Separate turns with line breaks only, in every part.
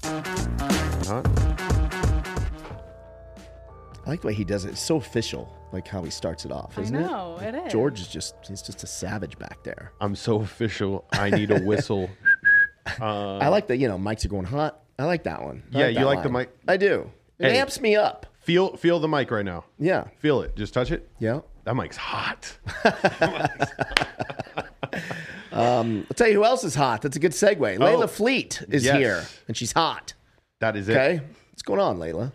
Huh? I like the way he does it. It's so official, like how he starts it off, isn't
know,
it? Like,
it is.
George is just he's just a savage back there.
I'm so official. I need a whistle. uh,
I like that, you know, mics are going hot. I like that one. I
Yeah, you
that
like the
line.
mic-
I do. It
Hey.
amps me up.
feel feel the mic right now.
Yeah.
Feel it. Just touch it.
Yeah.
That mic's hot.
I'll tell you who else is hot. That's a good segue. Layla
Oh.
Fleet is
Yes.
here and she's hot.
That is it.
Okay. What's going on, Layla?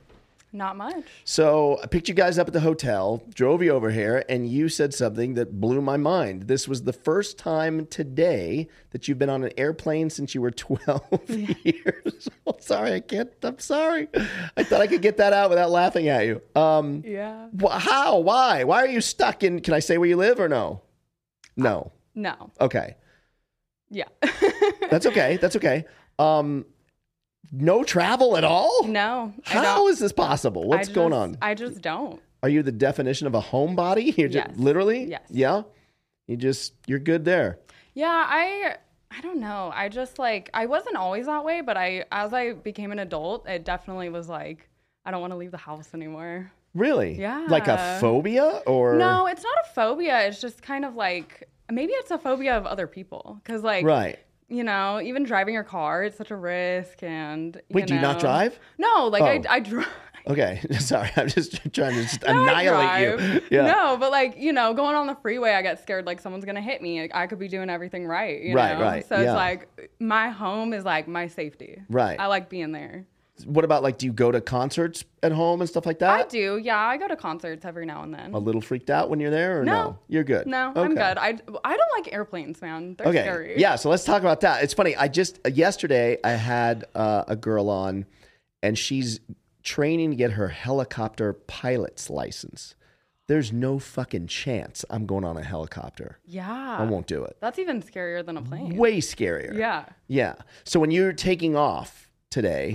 Not much.
So I picked you guys up at the hotel, drove you over here, and you said something that blew my mind. This was the first time today that you've been on an airplane since you were 12 years old. Sorry, I can't. I'm sorry. I thought I could get that out without laughing at you. Um,
Yeah.
wh- how? Why? Why are you stuck in? Can I say where you live or no? No.
No.
Okay.
Yeah.
That's okay. That's okay. Um, no travel at all?
no. I
How
don't.
is this possible?
I
What's going
just-
on?
I just don't.
Are you the definition of a homebody? You're just
Yes.
literally?
Yes.
Yeah. You just you're good there.
Yeah, I I don't know. I just like I wasn't always that way, but I as I became an adult, it definitely was like I don't want to leave the house anymore.
Really?
Yeah.
Like a phobia or
No, it's not a phobia. It's just kind of like maybe it's a phobia of other people cuz like
Right.
you know, even driving your car, it's such a risk and you
Wait, do you not
know-
drive?
No, like I
Oh.
I drive
Okay. Sorry. I'm just trying to just
No, I
annihilate you.
drive.
Yeah.
No, but like, you know, going on the freeway, I get scared like someone's going to hit me. Like, I could be doing everything right. You
Right,
know?
right,
So
yeah.
it's like my home is like my safety.
Right.
I like being there.
What about like do you go to concerts at home and stuff like
I
that?
do. Yeah. I go to concerts every now and then.
A little freaked out when you're there or no?
No.
You're good.
No,
Okay.
I'm good. I, I don't like airplanes, man. They're
Okay.
scary.
Yeah. So let's talk about that. It's funny. I just yesterday I had uh, a girl on, and she's training to get her helicopter pilot's license. There's no fucking chance I'm going on a helicopter. I
Yeah.
won't do it.
That's even scarier than a plane.
Way scarier.
Yeah.
Yeah. So when you're taking off today,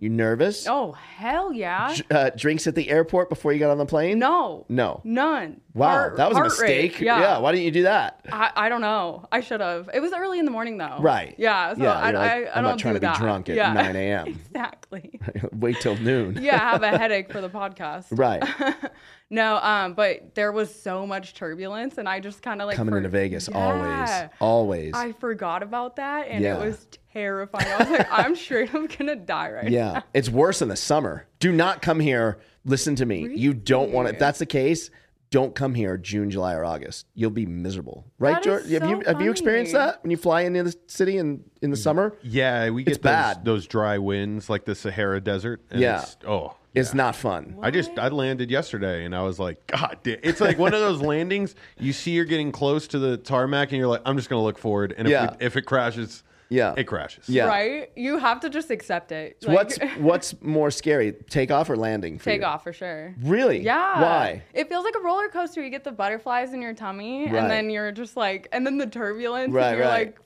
you nervous?
Oh, hell yeah.
Dr- uh, drinks at the airport before you got on the plane?
No.
No.
None.
Wow,
Heart-
that was a
heart rate.
mistake. Why didn't you do that?
I, I don't know. I should have. It was early in the morning though.
Right.
Yeah. So
Yeah,
I,
you're like,
I, I
I'm
don't
not trying
do
to be
that.
drunk at
Yeah.
9 a.m..
exactly.
Wait till noon.
Yeah, I have a headache for the podcast.
Right.
No, um, but there was so much turbulence, and I just kind of like
Coming
for-
into Vegas,
Yeah.
always, always.
I forgot about that, and
Yeah.
it was terrifying. I was like, I'm straight up gonna die right now.
Yeah, it's worse in the summer. Do not come here. Listen to me. You don't want to. If that's the case, don't come here June, July, or August. You'll be miserable, right,
That is
George? have
so
you have you experienced
funny.
that when you fly into the city in in the summer?
Yeah, we get
It's
those,
bad.
those dry winds like the Sahara Desert. and
Yeah.
it's- oh.
It's not fun.
I just I landed yesterday and I was like, God, damn. it's like one of those landings. You see, you're getting close to the tarmac and you're like, I'm just gonna look forward. And if,
Yeah.
we- if it crashes,
Yeah.
it crashes.
Yeah.
Right? You have to just accept it.
So What's what's more scary, takeoff or landing? For
take
you?
off for sure?
Really?
Yeah.
Why?
It feels like a roller coaster. You get the butterflies in your tummy,
Right.
and then you're just like, and then the turbulence,
Right,
and you're
right.
like,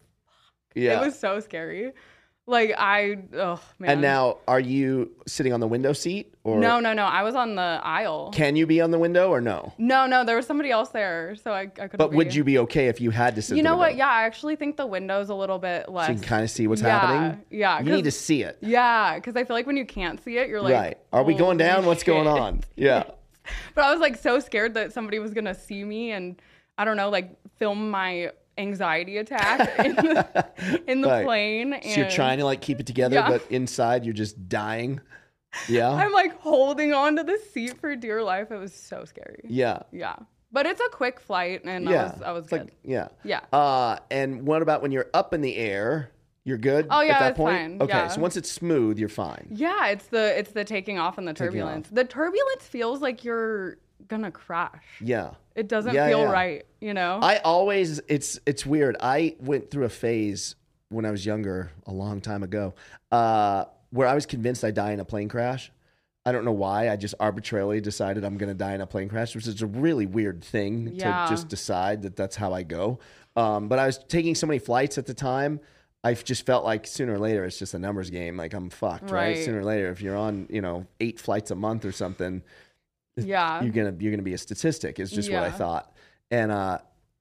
Yeah.
it was so scary. Like I, oh man.
and now, are you sitting on the window seat or
no, no, no. I was on the aisle.
Can you be on the window or no?
No, no, there was somebody else there, so I, I couldn't.
But would
be.
you be okay if you had to sit?
You
at the
know what?
window?
Yeah, I actually think the window's a little bit less.
So you can kind of see what's
Yeah,
happening.
yeah,
You need to
'cause-
see it.
yeah, because I feel like when you can't see it, you're like, mm.
right. Are we going
"Holy
down? What's going
shit."
on? Yeah.
But I was like so scared that somebody was gonna see me and I don't know, like film my anxiety attack in the, in the
Right.
plane. And
So you're trying to like keep it together,
Yeah.
but inside you're just dying. Yeah.
I'm like holding on to the seat for dear life. It was so scary.
yeah.
Yeah. But it's a quick flight, and
Yeah.
I was I was
It's
good.
like yeah.
yeah.
Uh and what about when you're up in the air? You're good
Oh,
at
yeah,
that
it's
point?
fine.
Okay.
Yeah.
So once it's smooth, you're fine.
Yeah, it's the it's the taking off and the turbulence. The turbulence feels like you're gonna crash.
Yeah.
It doesn't
Yeah,
feel
yeah.
right, you know?
I always it's it's weird. I went through a phase when I was younger, a long time ago, uh, where I was convinced I'd die in a plane crash. I don't know why. I just arbitrarily decided I'm going to die in a plane crash, which is a really weird thing
Yeah.
to just decide that that's how I go. Um, but I was taking so many flights at the time. I just felt like sooner or later it's just a numbers game. Like I'm fucked, right?
Right.
Sooner or later, if you're on, you know, eight flights a month or something,
Yeah.
you're gonna you're gonna be a statistic. Is just what I
Yeah.
thought, and uh,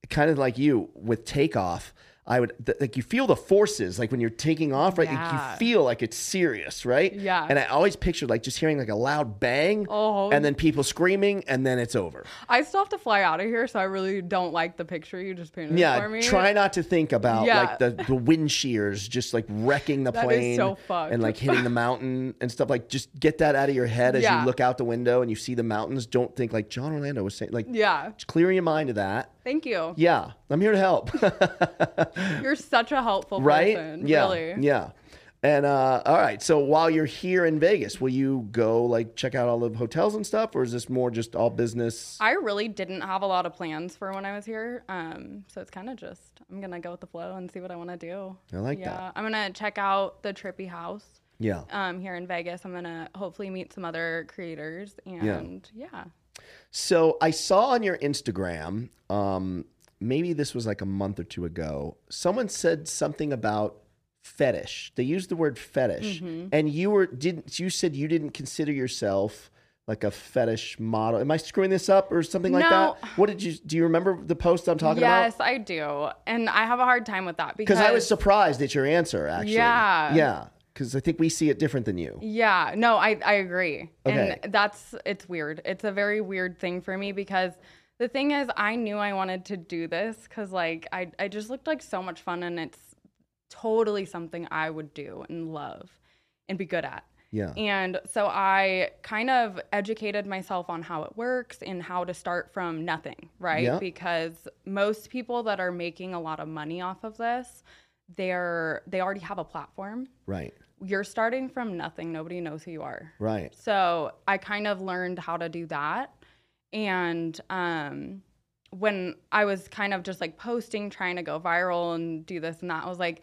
kind of like you with takeoff, I would th- like you feel the forces like when you're taking off, right? Like,
Yeah.
you feel like it's serious, right?
Yeah.
And I always pictured like just hearing like a loud bang,
Oh.
and then people screaming, and then it's over.
I still have to fly out of here, so I really don't like the picture you just painted
Yeah,
for me.
try not to think about
Yeah.
like the, the wind shears just like wrecking the
That is
plane
so fucked.
and like hitting the mountain and stuff. Like just get that out of your head as
Yeah.
you look out the window and you see the mountains. Don't think like John Orlando was saying. Like
Yeah.
just clear your mind of that.
Thank you.
Yeah, I'm here to help.
You're such a helpful
right?
person.
yeah.
Really.
Yeah. And uh, all right, so while you're here in Vegas, will you go like check out all the hotels and stuff, or is this more just all business?
I really didn't have a lot of plans for when I was here. Um, so it's kind of just I'm gonna go with the flow and see what I want to do.
I like
yeah,
that.
I'm gonna check out the Trippy House
Yeah.
um, here in Vegas. I'm gonna hopefully meet some other creators and yeah,
So I saw on your Instagram, um, maybe this was like a month or two ago, someone said something about fetish. They used the word fetish,
Mm-hmm.
and you were didn't you said you didn't consider yourself like a fetish model? Am I screwing this up or something like
No.
that? What did you do? You remember the post I'm talking about?
yes, I do, and I have a hard time with that because
Because I was surprised at your answer, actually.
Yeah.
Yeah. Because I think we see it different than you.
Yeah, no, I, I agree.
Okay.
And that's it's weird. It's a very weird thing for me because the thing is I knew I wanted to do this cuz like I I just looked like so much fun and it's totally something I would do and love and be good at.
Yeah.
And so I kind of educated myself on how it works and how to start from nothing, right?
Yeah.
Because most people that are making a lot of money off of this, they're they already have a platform
Right.
you're starting from nothing. Nobody knows who you are.
Right.
So I kind of learned how to do that. And um, when I was kind of just like posting, trying to go viral and do this and that, I was like,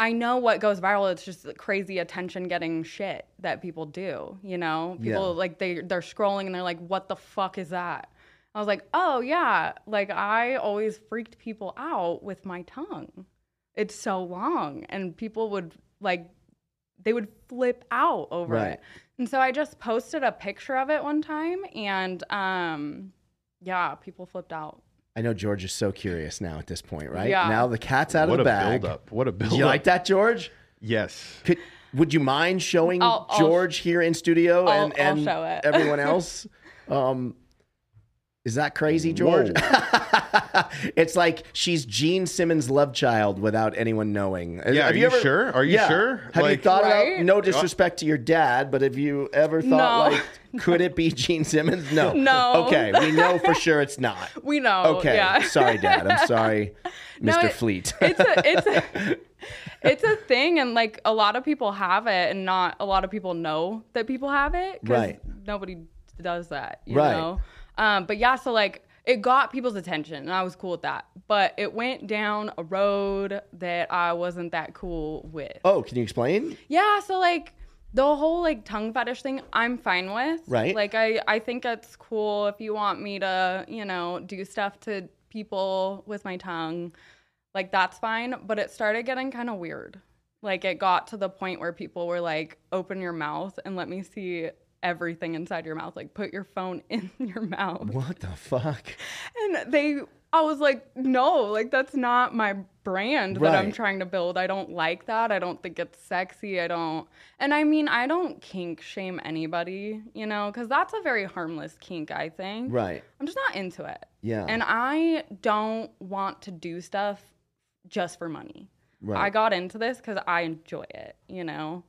I know what goes viral. It's just crazy attention getting shit that people do. You know, people
Yeah.
like they they're scrolling and they're like, what the fuck is that? I was like, oh yeah, like I always freaked people out with my tongue. It's so long, and people would like they would flip out over
Right.
it. And so I just posted a picture of it one time, and um, yeah, people flipped out.
I know George is so curious now at this point, right?
Yeah.
Now the cat's out
what
of the
a
bag.
buildup. What a
Do
buildup.
you like that, George?
Yes.
Could, would you mind showing
I'll- I'll-
George here in studio
I'll-
and,
I'll
and
show it.
everyone else? Um, is that crazy, George? it's like she's Gene Simmons' love child without anyone knowing.
Yeah, are you sure? Are you sure?
Have you
Like-
thought
Right?
about? No disrespect to your dad, but have you ever thought
No.
like, could it be Gene Simmons? No.
No.
Okay, we know for sure it's not.
We know.
Okay.
Yeah.
Sorry, Dad. I'm sorry, Mr.
No, it-
Fleet.
it's a it's a, it's a thing and like a lot of people have it and not a lot of people know that people have it
Right.
nobody does that you
Right.
know um but yeah so like it got people's attention and i was cool with that but it went down a road that i wasn't that cool with
oh, can you explain?
yeah, so like the whole like tongue fetish thing, I'm fine with.
Right.
Like I I think it's cool if you want me to, you know, do stuff to people with my tongue. Like that's fine, but it started getting kind of weird. Like it got to the point where people were like, "Open your mouth and let me see everything inside your mouth. Like put your phone in your mouth."
What the fuck?
And they, I was like, no, like that's not my brand that I'm
Right.
trying to build. I don't like that. I don't think it's sexy. I don't, and I mean, I don't kink shame anybody, you know, because that's a very harmless kink, I think.
Right.
I'm just not into it.
Yeah.
And I don't want to do stuff just for money.
Right.
I got into this because I enjoy it, you know?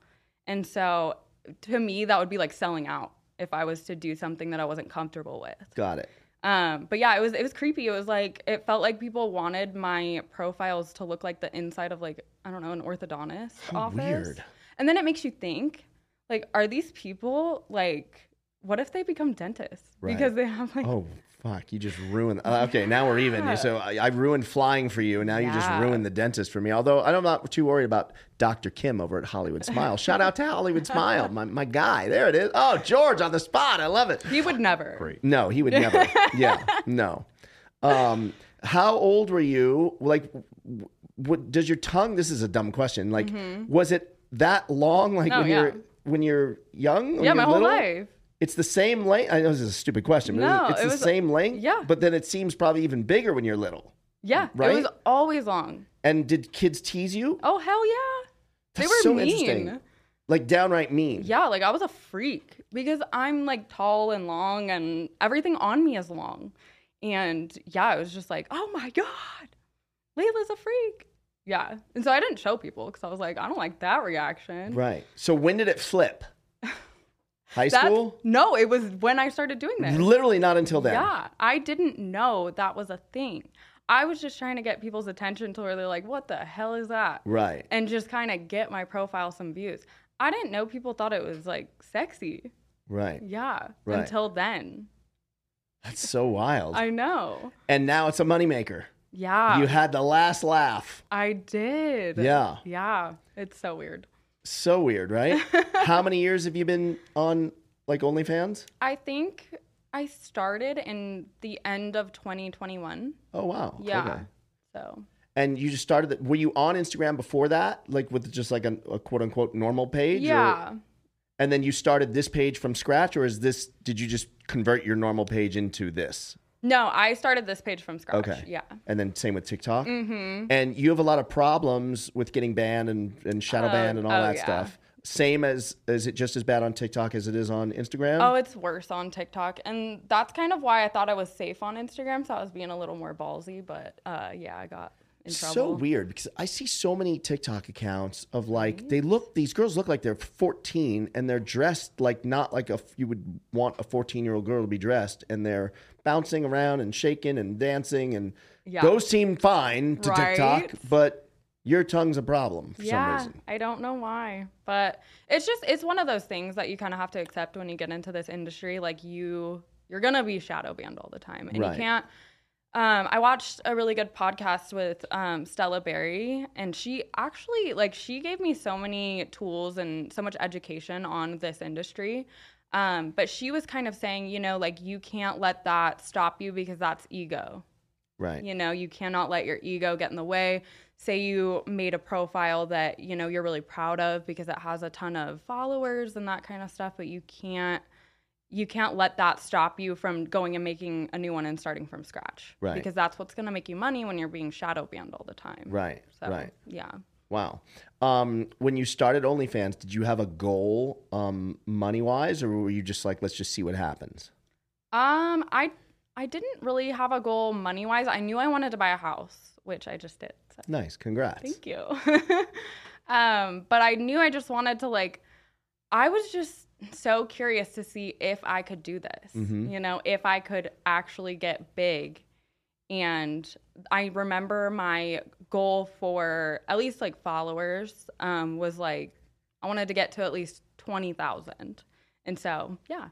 And so to me, that would be like selling out if I was to do something that I wasn't comfortable with.
Got it.
Um, but yeah, it was it was creepy. It was like it felt like people wanted my profiles to look like the inside of like I don't know an orthodontist office.
weird.
And then it makes you think, like, are these people like what if they become dentists
Right.
because they have like
Oh, Fuck, you just ruined. Uh, okay, now we're even. So I, I ruined flying for you, and now you just
Yeah.
ruined the dentist for me. Although I'm not too worried about Dr. Kim over at Hollywood Smile. Shout out to Hollywood Smile, my, my guy. There it is. Oh, George on the spot. I love it.
He would never.
Great.
No, he would never. yeah, no. Um, how old were you? Like, w- what, does your tongue? This is a dumb question. Like, was it that long? Like
No,
when
Mm-hmm. Oh, yeah.
you're when you're young? When
yeah,
you're
my whole
little?
life.
It's the same length. I know this is a stupid question, but
No,
it's
it
the
was-
same length.
yeah.
But then it seems probably even bigger when you're little.
Yeah, it
Right?
was always long.
And did kids tease you?
Oh hell yeah. They
That's
were
so interesting.
mean.
Like downright mean.
Yeah, like I was a freak because I'm like tall and long and everything on me is long. And yeah, it was just like, oh my God, Layla's a freak. Yeah. And so I didn't show people because I was like, I don't like that reaction.
Right. So when did it flip? High
That's-
school?
No, it was when I started doing this.
Literally not until then.
Yeah. I didn't know that was a thing. I was just trying to get people's attention to where they're like, what the hell is that?
Right.
And just kind of get my profile some views. I didn't know people thought it was like sexy.
Right.
Yeah.
Right.
Until then.
That's so wild.
I Ah. know.
and now it's a moneymaker.
Yeah.
You had the last laugh.
I did.
Yeah.
Yeah. It's so weird.
So weird, right? How many years have you been on like OnlyFans?
I think I started in the end of 2021.
Oh wow.
Yeah.
Okay.
So
And you just started. The, were you on Instagram before that, like with just like a, a quote unquote normal page? or-
yeah.
and then you started this page from scratch, or is this? Did you just convert your normal page into this?
No, I started this page from scratch.
Okay.
Yeah.
And then same with TikTok. Mm-hmm. And you have a lot of problems with getting banned and, and shadow banned and all
oh,
that
yeah.
stuff. Same as is it just as bad on TikTok as it is on Instagram?
Oh, it's worse on TikTok. And that's kind of why I thought I was safe on Instagram. So I was being a little more ballsy. But uh, yeah, I got in trouble.
so weird because I see so many TikTok accounts of
Mm-hmm.
like they look these girls look like they're 14 and they're dressed like not like a f- you would want a 14 year old girl to be dressed and they're bouncing around and shaking and dancing and
Yeah.
those seem fine to TikTok
Right?
but your tongue's a problem for
yeah,
some reason.
I don't know why, but it's just it's one of those things that you kind of have to accept when you get into this industry. Like you, you're gonna be shadow banned all the time, and
Right.
you can't. Um, I watched a really good podcast with um, Stella Berry, and she actually like she gave me so many tools and so much education on this industry. Um, but she was kind of saying, you know, like you can't let that stop you because that's ego.
Right.
You know, you cannot let your ego get in the way. Say you made a profile that, you know, you're really proud of because it has a ton of followers and that kind of stuff, but you can't you can't let that stop you from going and making a new one and starting from scratch.
Right.
Because that's what's gonna make you money when you're being shadow banned all the time.
Right.
So
Right.
yeah.
Wow. Um, when you started OnlyFans, did you have a goal um, money wise, or were you just like, let's just see what happens?
Um I I didn't really have a goal money wise. I knew I wanted to buy a house, which I just did. So
Nice. Congrats.
Thank you. um, but I knew I just wanted to like I was just so curious to see if I could do this.
Mhm.
You know, if I could actually get big. And I remember my goal for at least like followers um, was like I wanted to get to at least 20,000. And so, yeah.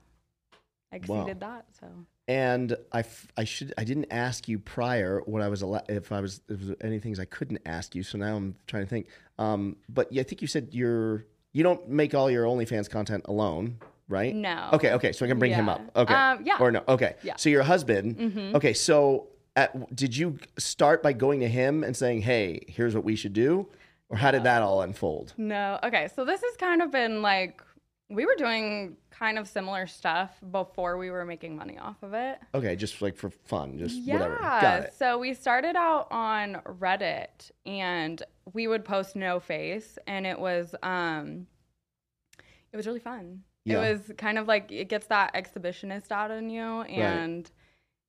I
Wow.
exceeded that, so.
And I, f- I should I didn't ask you prior what I was al- if I was if there was any things I couldn't ask you. So now I'm trying to think. Um, but yeah, I think you said you're you don't make all your OnlyFans content alone, right?
No.
Okay. Okay. So I can bring him
Yeah.
up. Okay.
Um, yeah.
Or no. Okay.
Yeah.
So your husband.
Mhm.
Okay. So at, did you start by going to him and saying, "Hey, here's what we should do," or how did that all unfold?
No. Okay. So this has kind of been like we were doing kind of similar stuff before we were making money off of it.
Okay. Just like for fun, just
yeah.
whatever. Got it.
So we started out on Reddit and we would post no face and it was um it was really fun.
Yeah.
It was kind of like it gets that exhibitionist out in you and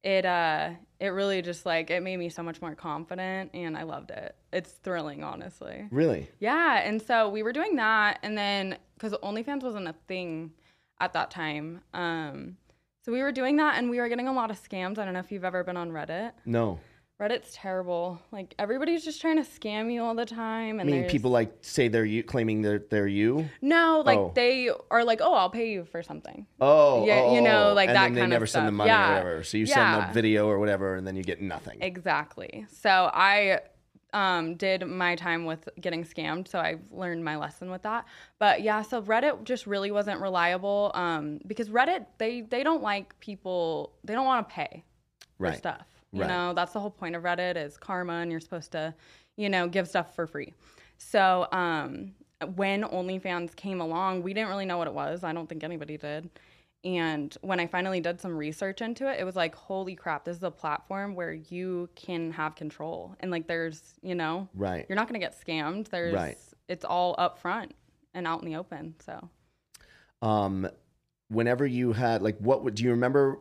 it uh it really just like it made me so much more confident and I loved it. It's thrilling honestly.
Really.
Yeah, and so we were doing that, and then because OnlyFans wasn't a thing at that time, um, so we were doing that, and we were getting a lot of scams. I don't know if you've ever been on Reddit.
No.
Reddit's terrible. Like everybody's just trying to scam you all the time.
I
And
mean,
there's-
people like say they're you, claiming they're they're you.
No, like
Oh.
they are like, oh, I'll pay you for something.
Oh,
Yeah,
oh,
you know,
oh.
like
and
that
then they
kind of
never send the
stuff.
money
Yeah.
or whatever. So you send
Yeah.
a video or whatever, and then you get nothing.
Exactly. So I um, did my time with getting scammed. So I learned my lesson with that. But yeah, so Reddit just really wasn't reliable um, because Reddit they they don't like people. They don't want to pay for
right.
stuff. You
Right.
know, that's the whole point of Reddit is karma, and you're supposed to, you know, give stuff for free. So um, when OnlyFans came along, we didn't really know what it was. I don't think anybody did. And when I finally did some research into it, it was like, holy crap, this is a platform where you can have control. And like, there's, you know,
Right.
you're not going to get scammed. There's,
Right.
it's all up front and out in the open. So
um whenever you had like what would do you remember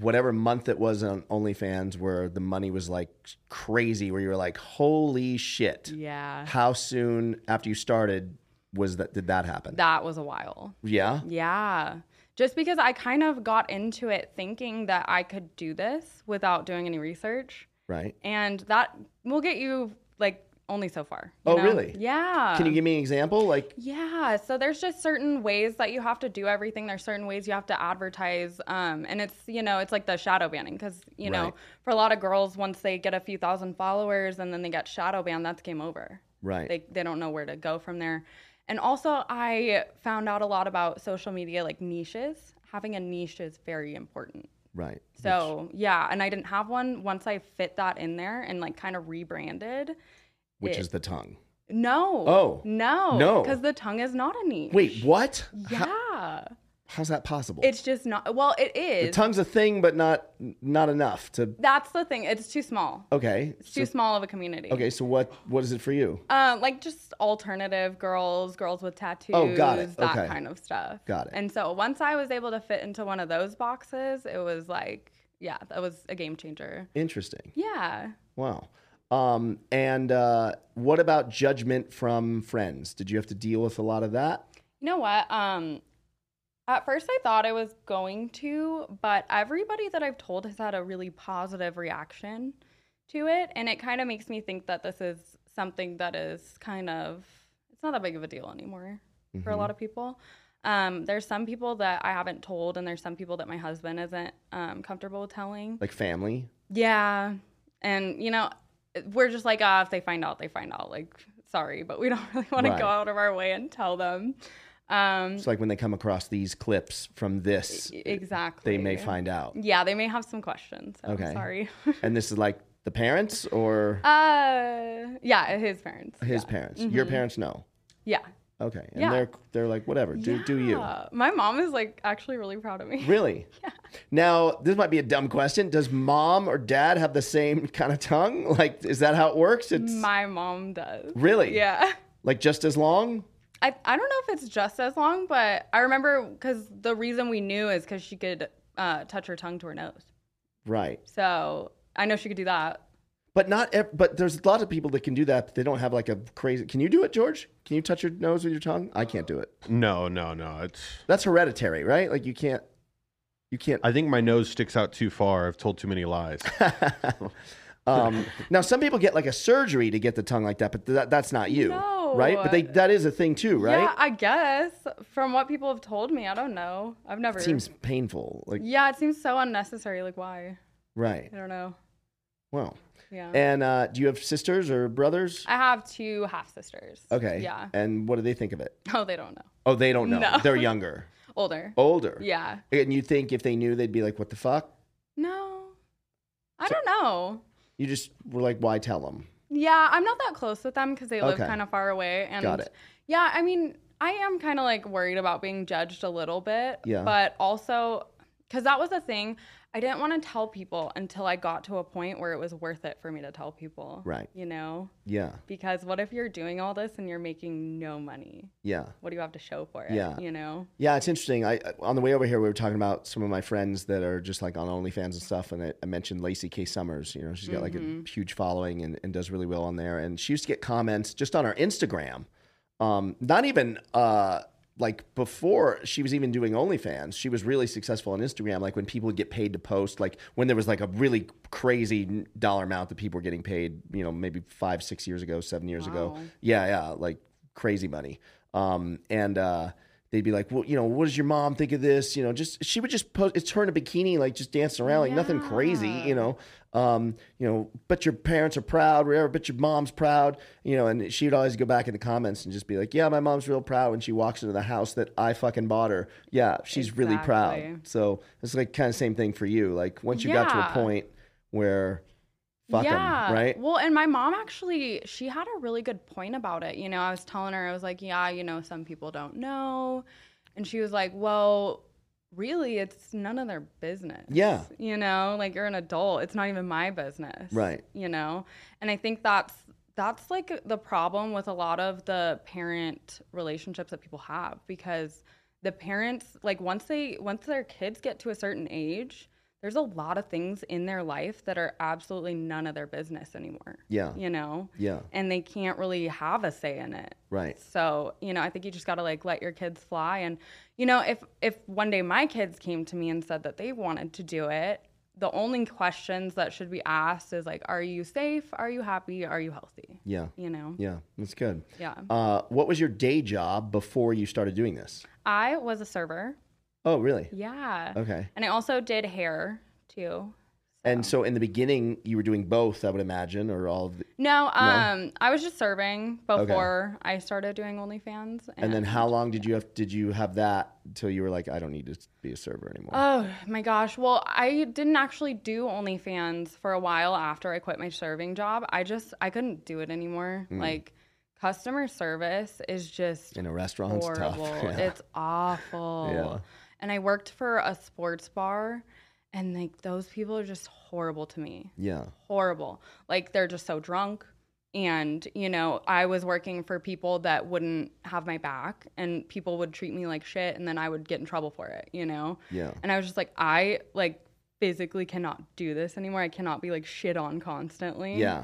whatever month it was on OnlyFans where the money was like crazy where you were like holy shit
yeah,
how soon after you started was that did that happen
that was a while.
yeah
Yeah. Just because I kind of got into it thinking that I could do this without doing any research.
right
And that will get you like only so far. you
Oh, really?
Yeah.
can you give me an example like
Um, Yeah, so there's just certain ways that you have to do everything. There's certain ways you have to advertise, um, and it's you know it's like the shadow banning because you
Right.
know for a lot of girls once they get a few thousand followers and then they get shadow banned, that's game over
right
they, they don't know where to go from there. And also, I found out a lot about social media, like niches. Having a niche is very important.
right
So, yeah, and I didn't have one. Once I fit that in there and like kind of rebranded,
which
it-
is the tongue
no.
Oh.
no.
No.
Because the tongue is not a niche.
wait what
Yeah.
How- how's that possible
it's just not. Well, it is.
the tongue's a thing but not not enough to
That's the thing. It's too small.
okay
It's too small of a community.
okay so what what is it for you
Uh, like just alternative girls, girls with tattoos,
Oh, got it.
that
Okay.
kind of stuff.
Got it.
And so once I was able to fit into one of those boxes, it was like, yeah, that was a game changer.
interesting
Yeah.
Wow. Um, and uh, what about judgment from friends? Did you have to deal with a lot of that?
You know what? Um, at first I thought I was going to, but everybody that I've told has had a really positive reaction to it, and it kind of makes me think that this is something that is kind of it's not that big of a deal anymore for a lot of people. Um, there's some people that I haven't told, and there's some people that my husband isn't um, comfortable with telling.
Like family?
Yeah, and you know, we're just like, ah, if they find out, they find out. Like, sorry, but we don't really want
Right.
to go out of our way and tell them. Um,
It's like when they come across these clips from this,
E, exactly.
they may find out.
Yeah, they may have some questions. So
Okay.
Sorry.
And this is like the parents or
uh, yeah, his parents.
his parents? Your parents know.
Yeah.
Okay. And
Mm-hmm. Yeah.
they're they're like, whatever, do, do you.
Yeah. My mom is like actually really proud of me.
Really? Now, this might be a dumb question. Does mom or dad have the same kind of tongue? Like, is that how it works? It's
My mom does.
really?
Yeah.
Like just as long?
I, I don't know if it's just as long, but I remember because the reason we knew is because she could uh, touch her tongue to her nose.
Right.
So I know she could do that.
But not, ev- but there's a lot of people that can do that. But they don't have like a crazy. Can you do it, George? Can you touch your nose with your tongue? I can't do it.
No, no, no. It's.
That's hereditary, right? Like you can't, you can't.
I think my nose sticks out too far. I've told too many lies.
Um, now some people get like a surgery to get the tongue like that, but that, that's not you,
No.
right? But they, that is a thing too, right?
Yeah, I guess from what people have told me, I don't know. I've never.
It seems painful, like
Yeah, it seems so unnecessary. Like why?
right?
I don't know.
Wow.
Yeah.
And uh, do you have sisters or brothers?
I have two half sisters.
Okay.
Yeah.
And what do they think of it?
Oh, they don't know.
Oh, they don't know.
No.
They're younger,
Older.
older.
Yeah.
And you think if they knew, they'd be like, "What the fuck?"
No. I don't know.
You just were like, "Why tell them?"
Yeah, I'm not that close with them because they live
Okay.
kind of far away. And
Got it.
yeah, I mean, I am kind of like worried about being judged a little bit.
Yeah.
But also, because that was the thing, I didn't want to tell people until I got to a point where it was worth it for me to tell people.
Right.
You know,
Yeah.
because what if you're doing all this and you're making no money?
Yeah.
What do you have to show for it?
Yeah.
You know.
Yeah, it's interesting. I I- on the way over here, we were talking about some of my friends that are just like on OnlyFans and stuff, and I, I mentioned Lacey K. Summers. You know, she's got like a huge following and, and does really well on there. And she used to get comments just on her Instagram, um, not even uh, like before she was even doing OnlyFans, she was really successful on Instagram. Like when people would get paid to post, like when there was like a really crazy dollar amount that people were getting paid, you know, maybe five, six years ago, seven years ago. Yeah, yeah, like crazy money. Um, and uh, they'd be like, well, you know, what does your mom think of this? You know, just she would just post. It's her in a bikini, like just dancing around, like nothing crazy, you know. Um, you know, but your parents are proud, whatever. But your mom's proud, you know. And she would always go back in the comments and just be like, yeah, my mom's real proud when she walks into the house that I fucking bought her. Yeah, she's really proud.
Exactly.
So it's like kind of same thing for you. Like once you got to a
Yeah.
point where. Fuck 'em, right?
Well, and my mom actually, she had a really good point about it. You know, I was telling her, I was like, yeah, you know, some people don't know. And she was like, well, really, it's none of their business.
Yeah.
You know, like you're an adult. It's not even my business.
Right.
You know? And I think that's that's like the problem with a lot of the parent relationships that people have because the parents like once they once their kids get to a certain age, there's a lot of things in their life that are absolutely none of their business anymore.
Yeah.
You know?
Yeah.
And they can't really have a say in it.
Right.
So, you know, I think you just got to like let your kids fly and you know, if if one day my kids came to me and said that they wanted to do it, the only questions that should be asked is like are you safe? Are you happy? Are you healthy?
Yeah.
You know.
Yeah. That's good.
Yeah.
Uh, what was your day job before you started doing this?
I was a server.
Oh, really?
Yeah.
Okay.
And I also did hair too.
And so in the beginning, you were doing both, I would imagine, or all of the,
No, um, I was just serving before I started doing OnlyFans.
and then how long did you have did you have that until you were like, I don't need to be a server anymore?
Oh my gosh. Well, I didn't actually do OnlyFans for a while after I quit my serving job. I just I couldn't do it anymore.
Hmm.
Like customer service is just
in a restaurant, it's tough.
horrible.
Yeah.
It's awful.
Yeah.
And I worked for a sports bar and like those people are just horrible to me.
yeah.
horrible. Like they're just so drunk. And, you know, I was working for people that wouldn't have my back and people would treat me like shit and then I would get in trouble for it, you know?
Yeah.
And I was just like, I like physically cannot do this anymore. I cannot be like shit on constantly.
Yeah.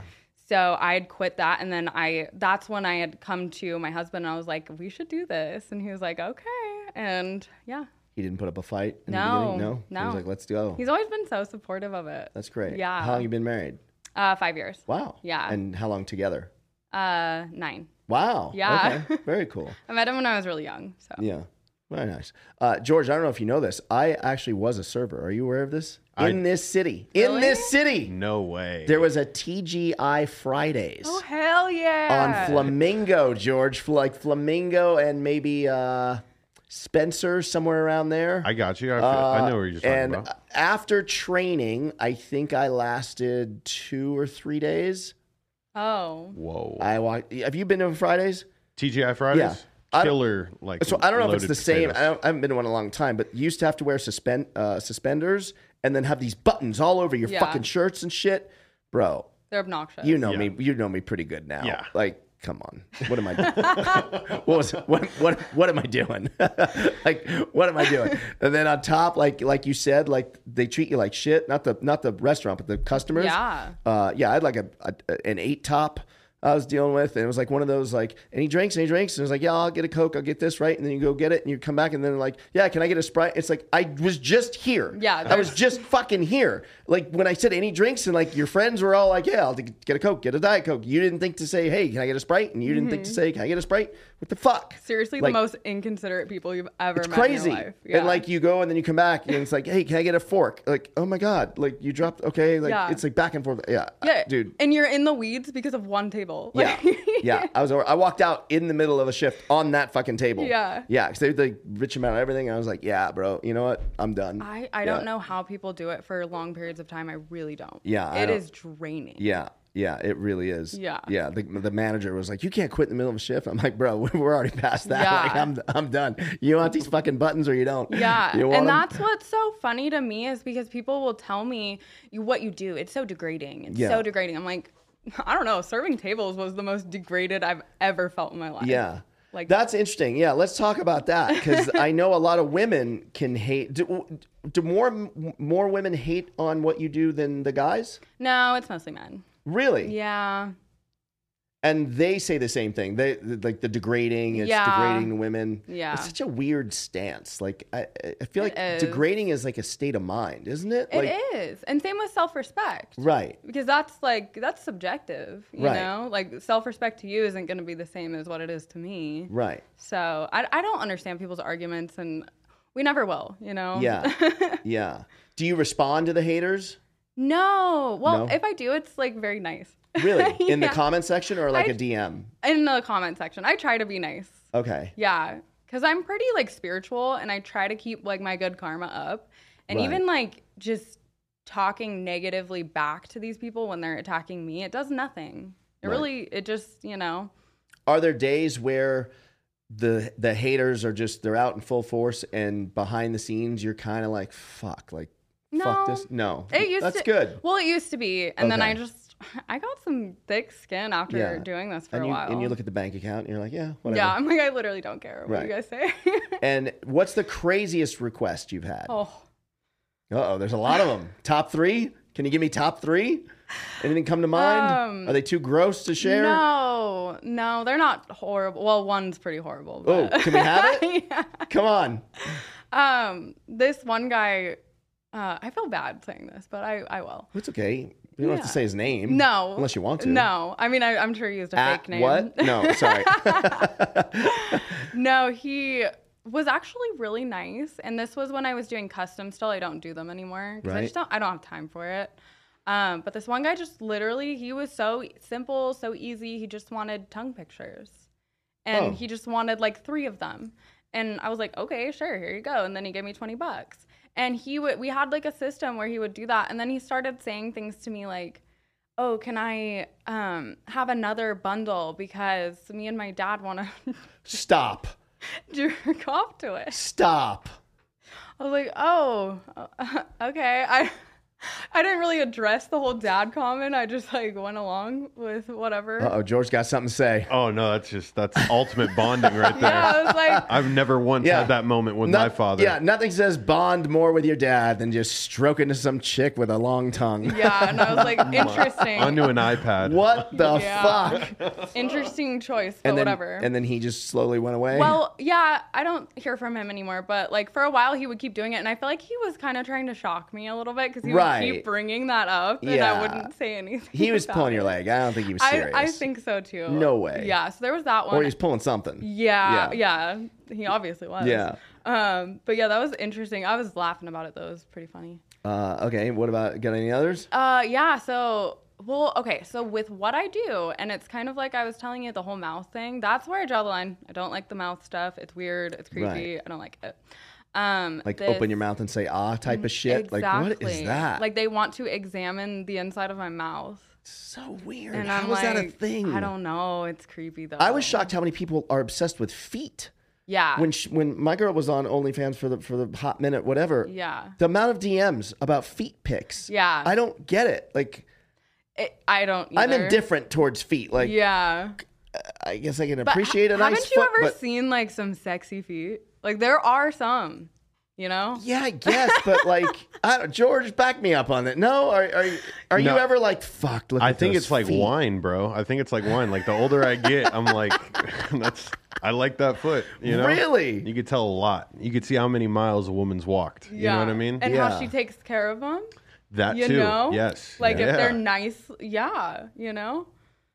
So I had quit that and then I that's when I had come to my husband and I was like, We should do this and he was like, Okay and yeah.
He didn't put up a fight in
No,
the beginning? No. He was
no.
like, let's go.
He's always been so supportive of it.
That's great.
Yeah.
How long you been married?
Uh five years.
Wow.
Yeah.
And how long together?
Uh nine.
Wow.
Yeah.
Okay. Very cool.
I met him when I was really young. So
Yeah. Very nice. Uh, George, I don't know if you know this. I actually was a server. Are you aware of this?
I-
in this city. In
Really?
this city.
No way.
There was a TGI Fridays
Oh hell yeah!
on Flamingo, George, fl- like Flamingo and maybe uh, Spencer somewhere around there.
I got you. I, feel,
Uh,
I know where you're talking
and
about.
after training, I think I lasted two or three days.
oh,
Whoa.
I walked. Have you been to Fridays?
TGI Fridays.
I don't-
Killer. Like.
So I don't know if it's
loaded
the same. I,
potatoes.
don't, I haven't been to one in a long time, but you used to have to wear suspend uh, suspenders and then have these buttons all over your
Yeah.
fucking shirts and shit, bro.
they're obnoxious.
You know
Yeah.
me. You know me pretty good now.
Yeah.
Like, come on. What am I? what was? What? What? What am I doing? like, what am I doing? And then on top, like, like you said, like they treat you like shit. Not the not the restaurant, but the customers.
Yeah.
Uh, yeah. I had like a, a an eight top. I was dealing with, and it was like one of those like any drinks, any drinks, and it was like, yeah, I'll get a coke, I'll get this right, and then you go get it, and you come back, and then like, yeah, can I get a sprite? It's like I was just here,
Yeah,
I was
there's-
just fucking here. Like when I said any drinks, and like your friends were all like, "Yeah, I'll t- get a coke, get a diet coke." You didn't think to say, "Hey, can I get a sprite?" And you didn't think to say, "Can I get a sprite?" What the fuck?
Mm-hmm. Seriously,
Like,
the most inconsiderate people you've ever
It's
met
crazy.
in your life. Yeah.
And like you go and then you come back and it's like, "Hey, can I get a fork?" Like, "Oh my god!" Like you dropped. Okay, like
Yeah.
it's like back and forth. Yeah,
yeah,
dude.
and you're in the weeds because of one table.
Yeah,
Like,
yeah. I was. I walked out in the middle of a shift on that fucking table.
Yeah.
yeah. Because they like rich amount of everything. And I was like, "Yeah, bro. You know what? I'm done."
I, I
Yeah.
don't know how people do it for long periods of time. I really don't.
Yeah, I
it
don't-
is draining.
Yeah. Yeah, it really is.
Yeah.
Yeah. The, the manager was like, You can't quit in the middle of a shift. I'm like, Bro, we're already past that.
Yeah.
Like, I'm, I'm done. You want these fucking buttons or you don't.
Yeah.
You want
and
'em?
that's what's so funny to me is because people will tell me you, what you do. It's so degrading. It's
Yeah.
so degrading. I'm like, I don't know. Serving tables was the most degraded I've ever felt in my life.
Yeah.
Like-
that's interesting. Yeah, let's talk about that because I know a lot of women can hate. Do, do more more women hate on what you do than the guys?
No, it's mostly men.
Really?
Yeah.
and they say the same thing. They like the degrading. It's
Yeah.
degrading women.
Yeah.
it's such a weird stance. Like I, I feel like
It is.
degrading is like a state of mind, isn't it?
It is,
like
And same with self respect.
right.
Because that's like, that's subjective, you
Right.
know? Like, self respect to you isn't going to be the same as what it is to me.
Right.
So I, I don't understand people's arguments, and we never will, you know?
Yeah. yeah. Do you respond to the haters?
no. Well,
No?
if I do, it's like very nice.
Really? In the
Yeah.
comment section or like
I-
a DM?
In the comment section, I try to be nice.
Okay.
Yeah, because I'm pretty like spiritual, and I try to keep like my good karma up, and
Right.
even like just talking negatively back to these people when they're attacking me, it does nothing. It
Right.
really, it just you know,
Are there days where the the haters are just they're out in full force and behind the scenes you're kind of like fuck like fuck
No.
this no
it used
that's
to,
good
Well, it used to be, and then I
Okay.
just I got some thick skin after
Yeah.
doing this for
and
a
you
while.
and you look at the bank account and you're like yeah whatever
yeah, I'm like I literally don't care what
Right.
you guys say.
and what's the craziest request you've had
oh,
uh oh there's a lot of them top three can you give me top three anything come to mind
Um,
are they too gross to share
no, no, they're not horrible. Well, one's pretty horrible.
oh
But.
can we have it
yeah.
come on
Um, this one guy, uh, I feel bad saying this, but I, I will.
it's okay you don't have to
Yeah.
say his name
No,
unless you want to
No, I mean, I, I'm sure he used a
At
fake name.
what no sorry
no, he was actually really nice, and this was when I was doing custom. Still, I don't do them anymore 'cause
Right.
I just don't. I don't have time for it. Um, but this one guy just literally, he was so e, simple, so easy. He just wanted tongue pictures, and
Oh.
he just wanted like three of them. And I was like, okay, sure, here you go. And then he gave me twenty bucks. And he would, we had like a system where he would do that. And then he started saying things to me like, oh, can I um, have another bundle because me and my dad want to
stop
jerk off to it.
stop
I was like, oh, okay. I I didn't really address the whole dad comment. I just like went along with whatever.
Uh oh, George got something to say.
Oh no, that's just that's ultimate bonding right there.
Yeah, I was like,
I've never once
Yeah.
had that moment with my
Not-
father.
Yeah, nothing says bond more with your dad than just stroking to some chick with a long tongue.
yeah, and I was like, interesting,
Onto an iPad.
What the
Yeah.
fuck? And
interesting choice, but
then,
whatever.
And then he just slowly went away.
well, yeah, I don't hear from him anymore, but like for a while he would keep doing it, and I feel like he was kind of trying to shock me a little bit because he would
Right.
keep bringing that up, and
Yeah.
I wouldn't say anything.
he was
about
pulling
it.
your leg. I don't think he was
I,
serious.
I think so too.
No way.
Yeah, so there was that one.
or he was pulling something.
Yeah, yeah, He obviously was.
Yeah.
Um, but yeah, that was interesting. I was laughing about it though. It was pretty funny.
Uh, okay, what about got any others?
Uh, yeah. So, well, okay. So with what I do, and it's kind of like I was telling you the whole mouth thing. That's where I draw the line. I don't like the mouth stuff. It's weird. It's creepy. I don't like it. Um,
Like
this- Mm,
open your mouth and say ah type of shit.
Exactly.
Like what is that?
Like they want to examine the inside of my mouth.
so weird.
And
How
I'm
is that a
like,
thing?
I don't know. It's creepy though.
I was shocked how many people are obsessed with feet.
Yeah.
When she, when my girl was on OnlyFans for the for the hot minute whatever.
yeah.
The amount of DMs about feet pics.
Yeah.
I don't get it. Like,
It, I don't.
I'm
either.
indifferent towards feet. Like,
Yeah.
I guess I can
But
appreciate a
ha-
nice
Haven't you
foot,
ever
but
seen like some sexy feet? Like there are some, you know.
yeah, I guess. But like, I don't, George, back me up on that. No, are are, are
No.
you ever like, fuck? Look,
I
at
think
those
it's like
feet.
wine, bro. I think it's like wine. Like the older I get, I'm like, that's. I like that foot. You know,
Really?
You could tell a lot. You could see how many miles a woman's walked. You know what I mean?
And
Yeah.
how she takes care of them.
that
You
too.
know.
Yes.
Like
Yeah.
if they're nice, yeah. You know.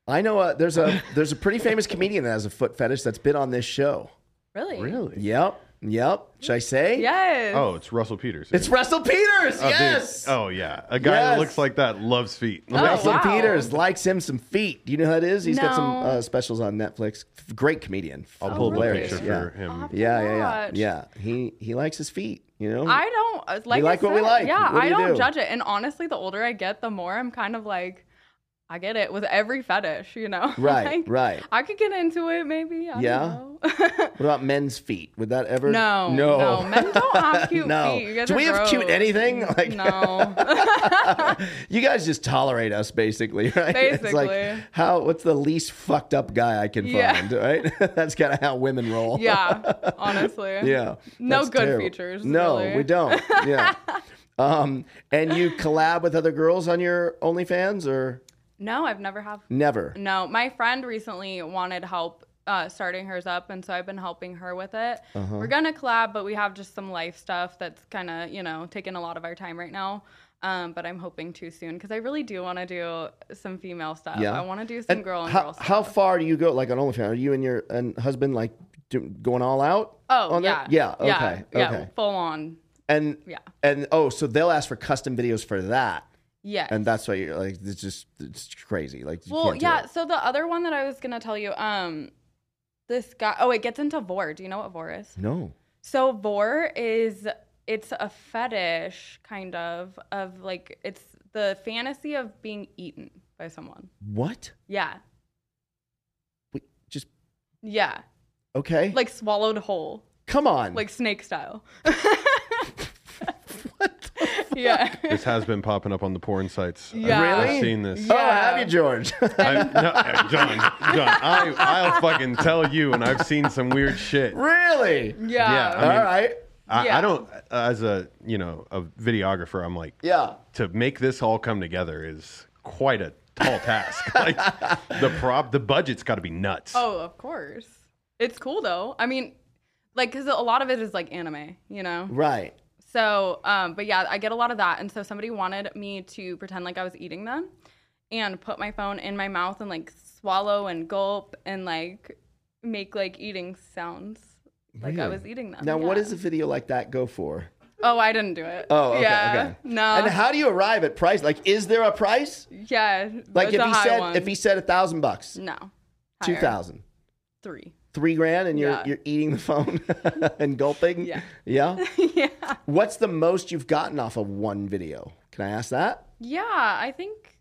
I know uh there's a there's a pretty famous comedian that has a foot fetish that's been on this show.
Really.
really.
Yep, yep. Should I say?
Yes.
Oh, it's Russell Peters.
It's Russell Peters.
Oh, dude.
yes.
Oh yeah, a guy that
Yes.
looks like that loves feet.
Oh.
Russell
wow.
Peters likes him some feet. Do you know who that is? He's got some
No.
uh, specials on Netflix. F- Great comedian.
I'll
Oh,
pull up a
Hilarious,
picture
yeah.
for him.
I'll have to
Yeah, yeah, yeah,
watch.
yeah. He he likes his feet. You know.
I don't uh, like. I
like what we
said,
like.
Yeah,
What do you
I don't
do?
judge it. And honestly, the older I get, the more I'm kind of like, I get it with every fetish, you know.
Right,
Like,
right.
I could get into it, maybe. I
Yeah?
Don't know.
What about men's feet? Would that ever?
No,
no,
no. Men don't have cute
No.
feet. You guys
Do
are
we have cute
gross.
anything? Like-
no.
You guys just tolerate us, basically, right? It's like
Basically.
how? What's the least fucked up guy I can
Yeah.
find? Right? That's kind of how women roll.
yeah, honestly.
Yeah.
No
That's
good
terrible.
features,
No,
really.
we don't. Yeah. um, and you collab with other girls on your OnlyFans, or
No, I've never have.
Never.
No, my friend recently wanted help uh, starting hers up, and so I've been helping her with it.
Uh-huh.
We're gonna collab, but we have just some life stuff that's kind of you know taking a lot of our time right now. Um, but I'm hoping to soon because I really do want to do some female stuff.
Yeah.
I want to do some
And
girl and
how,
girl stuff.
How far do you go? Like on OnlyFans, are you and your and husband like do, going all out?
oh
on
yeah.
that? yeah, okay,
yeah, yeah,
okay.
full on.
And
Yeah.
and oh, so they'll ask for custom videos for that,
Yes.
and that's why you're like, it's just it's crazy. Like, you
well,
can't do
yeah.
it.
So the other one that I was gonna tell you, um, this guy. Oh, it gets into vor. Do you know what vor is?
no,
So vor is it's a fetish kind of of like it's the fantasy of being eaten by someone.
what?
Yeah.
Wait, just
Yeah.
okay.
Like swallowed whole,
come on.
like snake style.
what? the-
Yeah.
This has been popping up on the porn sites. I've-
Yeah.
I've,
Really?
seen this.
Oh, have
Yeah.
you, George?
I, no, John, John, I, I'll fucking tell you, and I've seen some weird shit.
really?
Yeah,
Yeah.
mean-
All right.
I,
Yeah.
I don't, as a you know, a videographer, I'm like,
Yeah.
to make this all come together is quite a tall task. like the prop, the budget's got to be nuts.
Oh, of course. It's cool though. I mean, like, cause a lot of it is like anime, you know.
Right.
So, um, but yeah, I get a lot of that. And so somebody wanted me to pretend like I was eating them and put my phone in my mouth and like swallow and gulp and like make like eating sounds like I
Really?
was eating them.
Now, what
Yeah.
does a video like that go for?
Oh, I didn't do it.
Oh, okay,
yeah.
okay.
No.
And how do you arrive at price? Like, is there a price?
yeah.
Like,
it's
if
a
he
high
said
one.
if he said a thousand bucks,
no.
two
Higher.
thousand,
Three.
three grand, and you're
Yeah.
you're eating the phone and gulping.
Yeah.
yeah.
yeah.
What's the most you've gotten off of one video? Can I ask that?
Yeah. I think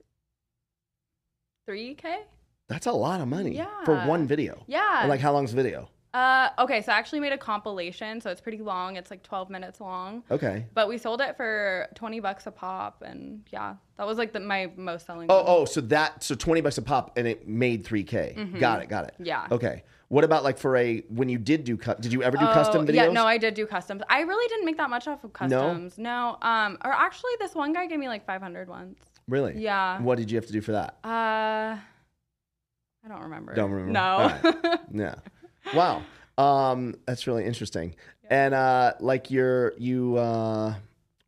three K.
That's a lot of money for
Yeah.
one video.
Yeah.
And, like, how long's the video?
uh, okay. So I actually made a compilation. So it's pretty long. It's like 12 minutes long.
Okay.
But we sold it for 20 bucks a pop. And yeah, that was like the, my most selling.
Oh,
one.
oh, so that so twenty bucks a pop, and it made three k. Got it, got it.
Mm-hmm. Yeah.
Okay. What about like for a when you did do cut? Did Oh, you ever do custom videos?
Oh, Yeah, no, I did do customs. I really didn't make that much off of customs. No. Um, or actually, this one guy gave me like 500 once.
really.
Yeah.
What did you have to do for that?
Uh, I don't remember.
Don't remember.
No.
All Yeah. Wow. Um, that's really interesting. And uh, like you're you uh,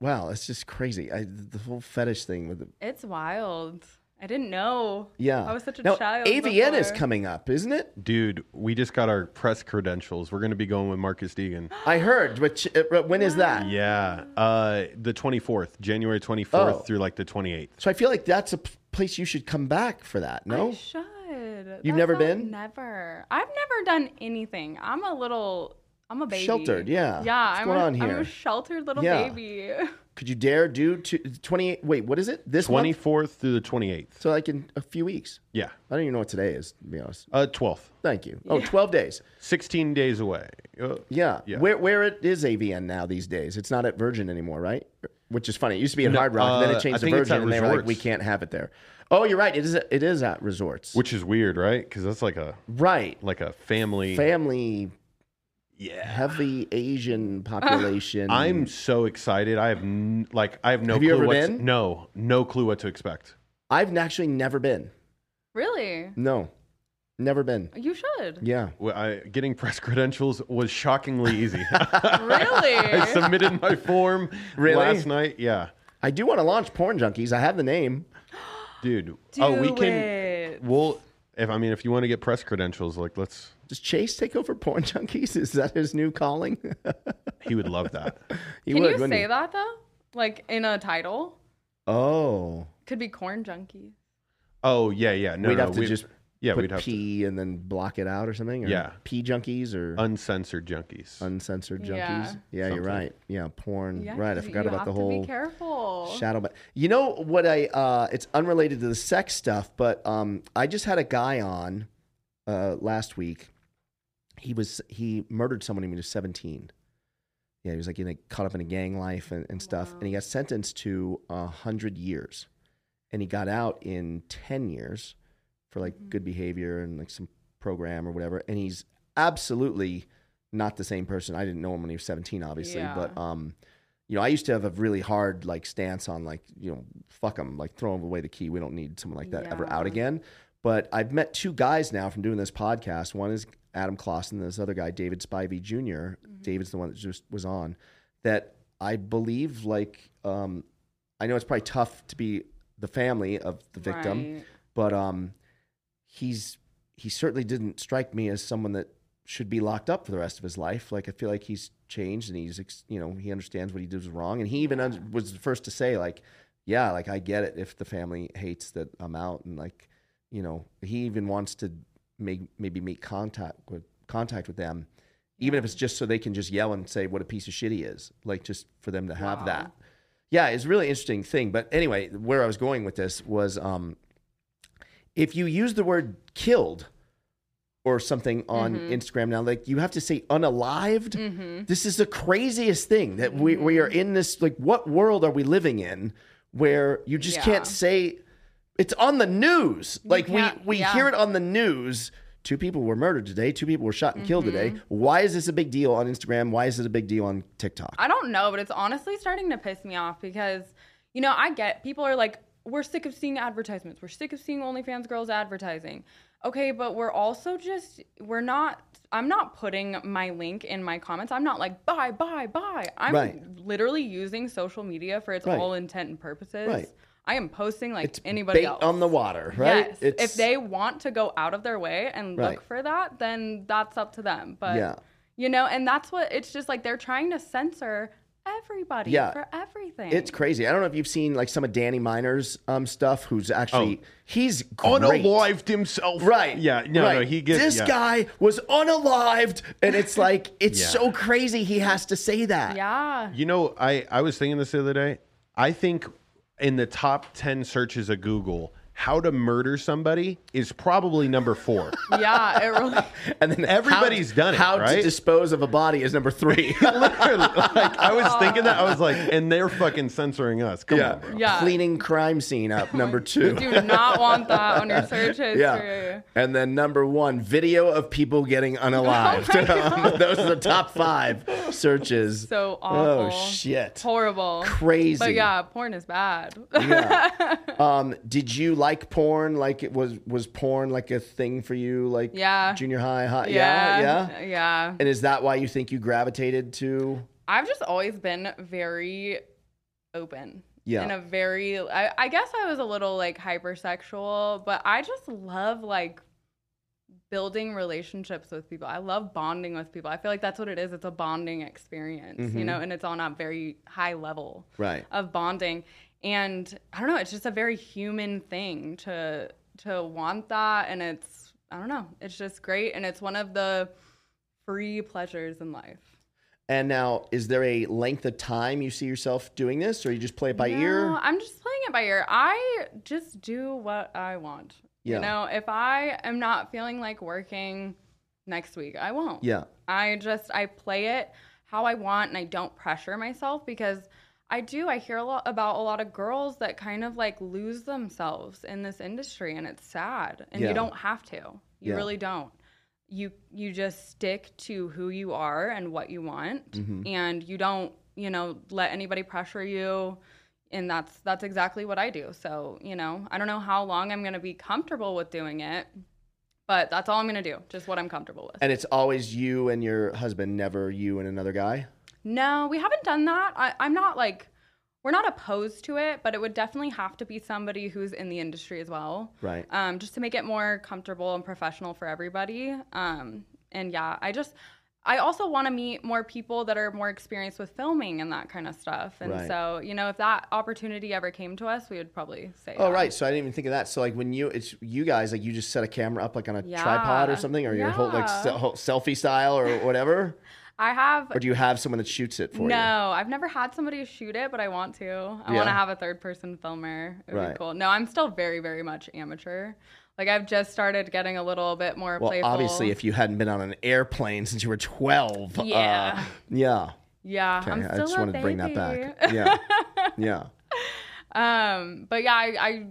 wow, it's just crazy. I the whole fetish thing with the,
it's wild. I didn't know.
yeah.
I was such a
now,
child.
AVN is
before.
coming up, isn't it?
Dude, we just got our press credentials. We're going to be going with Marcus Deegan.
I heard. Which uh, when is that?
Yeah, uh, the 24th, January 24th
Oh.
through like the 28th.
So I feel like that's a p- place you should come back for that. No.
I should. You've
never been?
Never. I've never done anything. I'm a little. I'm a baby.
Sheltered, yeah.
Yeah.
What's
I'm
going
a,
on
I'm
here?
a sheltered little
Yeah.
baby.
Could you dare do two, 28 Wait, what is it? This one.
24th through the 28th.
So like in a few weeks.
Yeah.
I don't even know what today is. To be honest.
Uh, 12th.
Thank you. Oh, 12 days.
16 days away. Uh,
Yeah.
Yeah.
Where where it is AVN now these days? It's not at Virgin anymore, right? Which is funny. It used to be at Hard Rock, and then
uh,
it
I
changed to
think it's
Virgin,
at
and they were like,
resorts.
"We can't have it there." Oh, you're right. It is. It is at resorts.
Which is weird, right? Because that's like a
right?
like a family.
Family,
yeah.
heavy Asian population.
I'm so excited. I have n- like I have no
Hmm. Have
clue
you ever
what to-
been?
no no clue what to expect.
I've actually never been.
really?
No, never been.
You should.
Yeah.
Well, I, getting press credentials was shockingly easy. I
Really?
submitted my form
Really?
last night. Yeah,
I do want to launch Porn Junkies. I have the name.
dude.
Do
oh, we can.
it.
We'll if I mean if you want to get press credentials, like let's.
Does Chase take over Porn Junkies? Is that his new calling?
He would love that.
He
Can
would,
you
wouldn't
say
he?
that though? Like in a title?
Oh,
Could be corn junkies.
Oh yeah yeah. No,
we'd
no,
have to
we-
just
yeah
put
we'd have to
P and then block it out or something. Or
Yeah.
P junkies or
uncensored junkies.
uncensored junkies. Yeah,
Yeah.
you're right. Yeah, porn.
Yeah,
Mm, right. I
'cause
forgot
you
about the
have to
whole
Be careful.
shadow ban. You know what I uh it's unrelated to the sex stuff, but um I just had a guy on uh last week. He was he murdered someone when he was 17. Yeah, he was like in a, caught up in a gang life and, and stuff. And he got sentenced to a hundred years. And he got out in ten years for like good behavior and like some program or whatever. And he's absolutely not the same person. I didn't know him when he was 17, obviously,
Yeah.
but um, you know, I used to have a really hard like stance on like, you know, fuck them, like throw 'em away the key. We don't need someone like that ever out
Yeah.
again. But I've met two guys now from doing this podcast. One is Adam Clausen, this other guy, David Spivey junior
Mm-hmm.
David's the one that just was on. That I believe, like, um, I know it's probably tough to be the family of the victim,
Right.
but um, he's he certainly didn't strike me as someone that should be locked up for the rest of his life. Like I feel like he's changed and he's ex- you know he understands what he did was wrong, and he even un- was the first to say like, yeah, like I get it if the family hates that I'm out, and like you know he even wants to make maybe make contact with contact with them. Even if it's just so they can just yell and say what a piece of shit he is, like just for them to have
Wow.
that. Yeah, it's a really interesting thing. But anyway, where I was going with this was um, if you use the word killed or something on
Mm-hmm.
Instagram now, like you have to say unalived. This is the craziest thing that we, we are in this. Like, what world are we living in where you just
Yeah.
can't say it's on the news? Like, we,
can't-
we
yeah.
hear it on the news. Two people were murdered today. Two people were shot and killed
Mm-hmm.
today. Why is this a big deal on Instagram? Why is it a big deal on TikTok?
I don't know, but it's honestly starting to piss me off because, you know, I get people are like, we're sick of seeing advertisements. We're sick of seeing OnlyFans girls advertising. Okay, but we're also just, we're not, I'm not putting my link in my comments. I'm not like, buy, buy, buy. I'm
Right.
literally using social media for its
Right.
all intent and purposes.
Right.
I am posting like
It's
anybody
bait
else.
on the water, right?
Yes. if they want to go out of their way and
Right.
look for that, then that's up to them. But
Yeah.
you know, and that's what it's just like they're trying to censor everybody
Yeah.
for everything.
It's crazy. I don't know if you've seen like some of Danny Miner's um stuff. Who's actually
Oh.
he's great.
Unalived himself.
Right.
Yeah. No.
right.
No. He gets
this
yeah.
guy was unalived, and it's like it's
Yeah.
so crazy. He has to say that.
yeah.
You know, I I was thinking this the other day. I think in the top ten searches of Google, how to murder somebody is probably number four.
Yeah, it really
And then
Everybody's
how,
done it,
How to
right?
dispose of a body is number three.
Literally, like I was thinking that I was like, and they're fucking censoring us. Come on, bro.
Yeah.
Cleaning crime scene up number two.
do not want that on your search history.
Yeah. And then number one, video of people getting unalived.
Oh
Those are the top five searches.
So
Oh,
awful.
shit.
Horrible.
Crazy.
But yeah, porn is bad.
yeah. Um, did you like porn? Like it was was porn like a thing for you? Like
Yeah.
junior high, high yeah, yeah.
Yeah.
And is that why you think you gravitated to?
I've just always been very open.
Yeah.
In a very, I, I guess I was a little like hypersexual, but I just love like building relationships with people. I love bonding with people. I feel like that's what it is. It's a bonding experience, you know, and it's on a very high level
Right.
of bonding. And I don't know, it's just a very human thing to to want that and it's I don't know, it's just great and it's one of the free pleasures in life.
And now, is there a length of time you see yourself doing this, or you just play it by
No,
ear?
I'm just playing it by ear. I just do what I want.
Yeah.
You know, if I am not feeling like working next week, I won't.
Yeah.
I just I play it how I want and I don't pressure myself because I do. I hear a lot about a lot of girls that kind of like lose themselves in this industry and it's sad. And
Yeah.
you don't have to. You
Yeah.
really don't. You you just stick to who you are and what you want
Mm-hmm.
and you don't, you know, let anybody pressure you. And that's that's exactly what I do. So, you know, I don't know how long I'm going to be comfortable with doing it, but that's all I'm going to do. Just what I'm comfortable with.
And it's always you and your husband, never you and another guy.
No, we haven't done that. I, I'm not like, we're not opposed to it, but it would definitely have to be somebody who's in the industry as well.
Right.
Um, just to make it more comfortable and professional for everybody. Um, and yeah, I just, I also want to meet more people that are more experienced with filming and that kind of stuff. And
Right.
so, you know, if that opportunity ever came to us, we would probably say,
Oh
that.
right, so I didn't even think of that. So like when you it's you guys like you just set a camera up like on a tripod or
Yeah.
something, or your whole like
Yeah.
se- whole selfie style or whatever,
I have
or do you have someone that shoots it for
no,
you?
I've never had somebody shoot it, but I want to. I want
Yeah.
to have a third person filmer. It would
Right.
be cool. No, I'm still very, very much amateur. Like I've just started getting a little bit more
Well,
playful.
obviously, if you hadn't been on an airplane since you were twelve, uh,
Yeah.
yeah.
yeah, I'm
Okay,
still
I just
a
wanted to bring that
baby.
back. Yeah, yeah.
Um, but yeah, I, I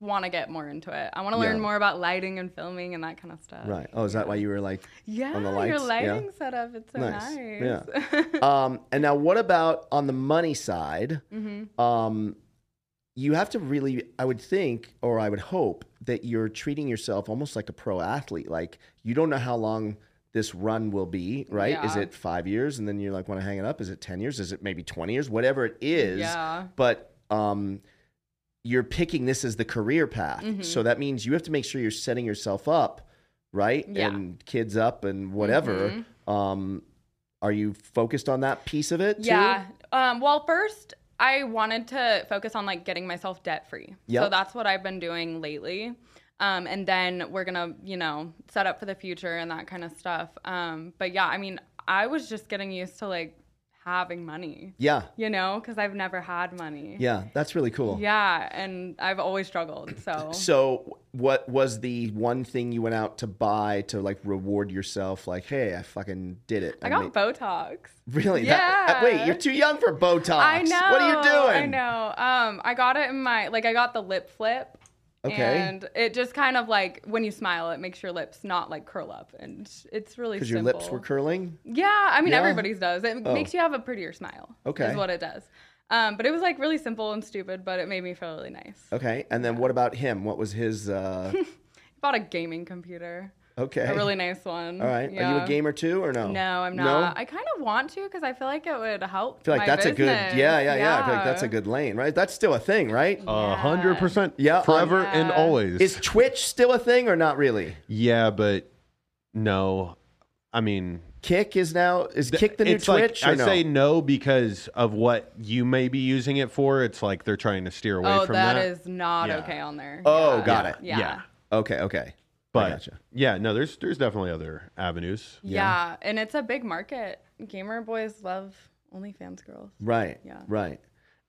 want to get more into it. I want to learn
Yeah.
more about lighting and filming and that kind of stuff.
Right. Oh, is that why you were like
Yeah,
on the
your
lights? Yeah.
lighting setup. It's so
Nice.
nice.
Yeah. um, and now, what about on the money side?
Mm-hmm.
Um, you have to really, I would think, or I would hope, that you're treating yourself almost like a pro athlete. Like you don't know how long this run will be, right? Is
Yeah.
it five years, and then you like want to hang it up? Is it ten years? Is it maybe twenty years? Whatever it is,
Yeah.
but um, you're picking this as the career path.
Mm-hmm.
So that means you have to make sure you're setting yourself up, right?
Yeah. Mm-hmm.
And kids up and whatever. Um, are you focused on that piece of it? too?
Yeah. Um, well, first, I wanted to focus on like getting myself debt free. So
Yep.
that's what I've been doing lately. Um, and then we're gonna, you know, set up for the future and that kind of stuff. Um, but yeah, I mean, I was just getting used to like having money,
Yeah.
you know, because I've never had money.
Yeah. That's really cool.
Yeah, and I've always struggled. So,
So, what was the one thing you went out to buy to like reward yourself? Like, hey, I fucking did it.
I
ma-
got Botox.
really. That-
Yeah.
wait, you're too young for Botox.
I know.
What are you doing?
I know. Um, I got it in my like I got the lip flip.
Okay.
And it just kind of like when you smile, it makes your lips not like curl up, and it's really
Because
simple.
your lips were curling.
Yeah, I mean
Yeah?
everybody's does. It
Oh.
makes you have a prettier smile.
Okay.
Is what it does. Um, but it was like really simple and stupid, but it made me feel really nice.
Okay. And then what about him? What was his? Uh,
Bought a gaming computer,
okay.
a really nice one.
All right. Are you
Yeah.
a gamer too, or no?
No, I'm not. I kind of want to because I feel like it would help.
I feel like that's a good. Yeah, yeah, yeah, I feel like that's a good lane, right? That's still a thing, right?
A hundred percent.
Yeah, um,
Forever and always.
Is Twitch still a thing or not really?
yeah, but no. I mean,
Kick is now is Kick the new
it's like-
Twitch? or
I
no?
say no because of what you may be using it for. It's like they're trying to steer away
Oh,
from
that is not
Yeah.
okay on there.
Oh,
Yeah.
got it.
Yeah.
Yeah.
yeah.
Okay, okay.
But
I gotcha.
yeah, no, there's there's definitely other avenues.
and it's a big market. Gamer boys love OnlyFans girls.
Right.
Yeah.
Right.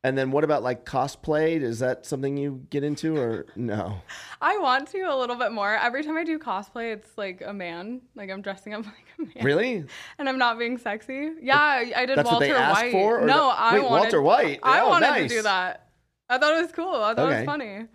And then what about like cosplay? Is that something you get into or no?
I want to a little bit more. Every time I do cosplay, it's like a man. Like I'm dressing up like a man.
Really?
And I'm not being sexy. Yeah, I I did
That's what
Walter
they asked
White.
for, or
no,
the-
I
Wait,
wanted
Walter White?
I
Oh,
wanted
nice.
to do that. I thought it was cool. I thought it
Okay.
was funny.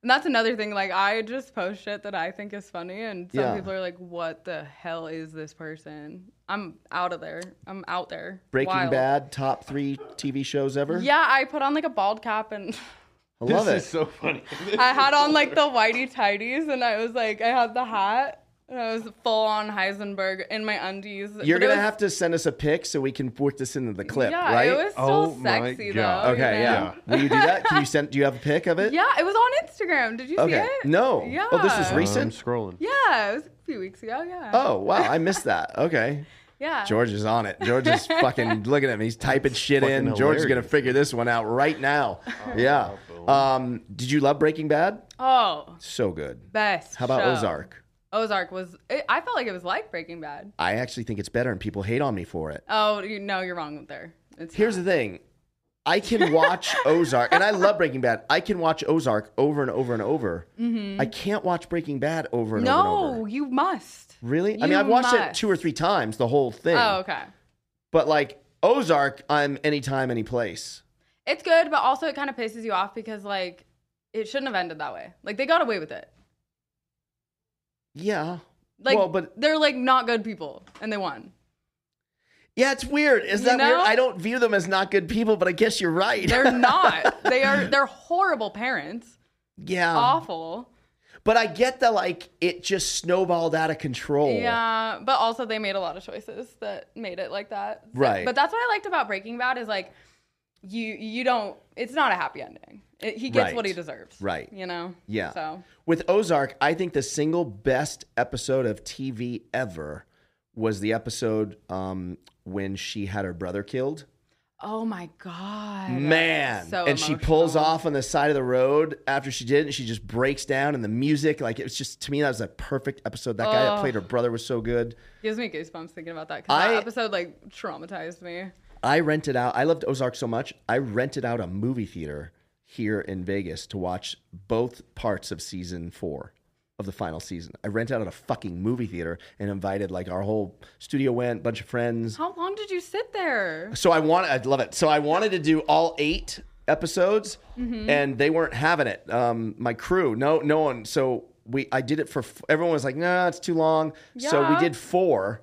And that's another thing. Like I just post shit that I think is funny, and some
Yeah.
people are like, "What the hell is this person?" I'm out of there. I'm out there.
Breaking
Wild.
Bad, top three TV shows ever.
Yeah, I put on like a bald cap and
I love
this
it.
is so funny.
I had on like the whitey tidies and I was like, I had the hat and I was full on Heisenberg in my undies.
You're
But it
gonna
was-
have to send us a pic so we can put this into the clip,
yeah,
right?
it was still
Oh my
sexy
God.
though. you
okay, yeah.
know?
Will you do that? Can you send? Do you have a pic of it?
Yeah, it was on Instagram. Did you
Okay.
see it?
No.
Yeah.
Oh, this is
I'm
recent.
scrolling.
Yeah, it was a few weeks ago. Yeah.
Oh wow, I missed that. Okay.
yeah.
George is on it. George is fucking looking at me. He's typing shit in.
fucking
George is gonna
hilarious. Oh,
figure this one out right now. yeah. Um, did you love Breaking Bad?
Oh,
So good.
best.
How about
show.
Ozark?
Ozark was. It, I felt like it was like Breaking Bad.
I actually think it's better, and people hate on me for it.
Oh, you, no, you're wrong there. It's
Here's the thing. I can watch Ozark, and I love Breaking Bad. I can watch Ozark over and over and over. I can't watch Breaking Bad over and over and
Mm-hmm. no,
over.
you must.
Really? I mean,
You
I've watched it
must.
two or three times, the whole thing.
Oh, okay.
But like Ozark, I'm anytime, any place.
It's good, but also it kind of pisses you off because like it shouldn't have ended that way. Like they got away with it.
Yeah.
Like
well, but
they're like not good people and they won.
yeah, it's weird. Is
You
that weird?
know?
I don't view them as not good people, but I guess you're right.
They're not. they are they're horrible parents.
yeah.
Awful.
But I get the like it just snowballed out of control.
Yeah, but also they made a lot of choices that made it like that. So-
Right.
But that's what I liked about Breaking Bad is like you you don't it's not a happy ending. It, he gets
Right.
what he deserves.
Right.
You know.
Yeah.
So
With Ozark, I think the single best episode of TV ever was the episode um, when she had her brother killed.
Oh my god.
Man,
So
and she pulls
emotional.
off on the side of the road after she did, it, and she just breaks down, and the music, like it was just to me, that was a perfect episode. That guy that
Oh.
played her brother was so good.
Gives me goosebumps thinking about that because
I-
that episode like traumatized me.
I rented out. I loved Ozark so much. I rented out a movie theater here in Vegas to watch both parts of season four of the final season. I rented out a fucking movie theater and invited like our whole studio went, bunch of friends.
How long did you sit there?
So I wanted. I love it. So I wanted to do all eight episodes, and they weren't having it. Um, my crew, no, no one. So we, I did it for f- everyone was like, no, nah, it's too long. So we
Yeah.
did four,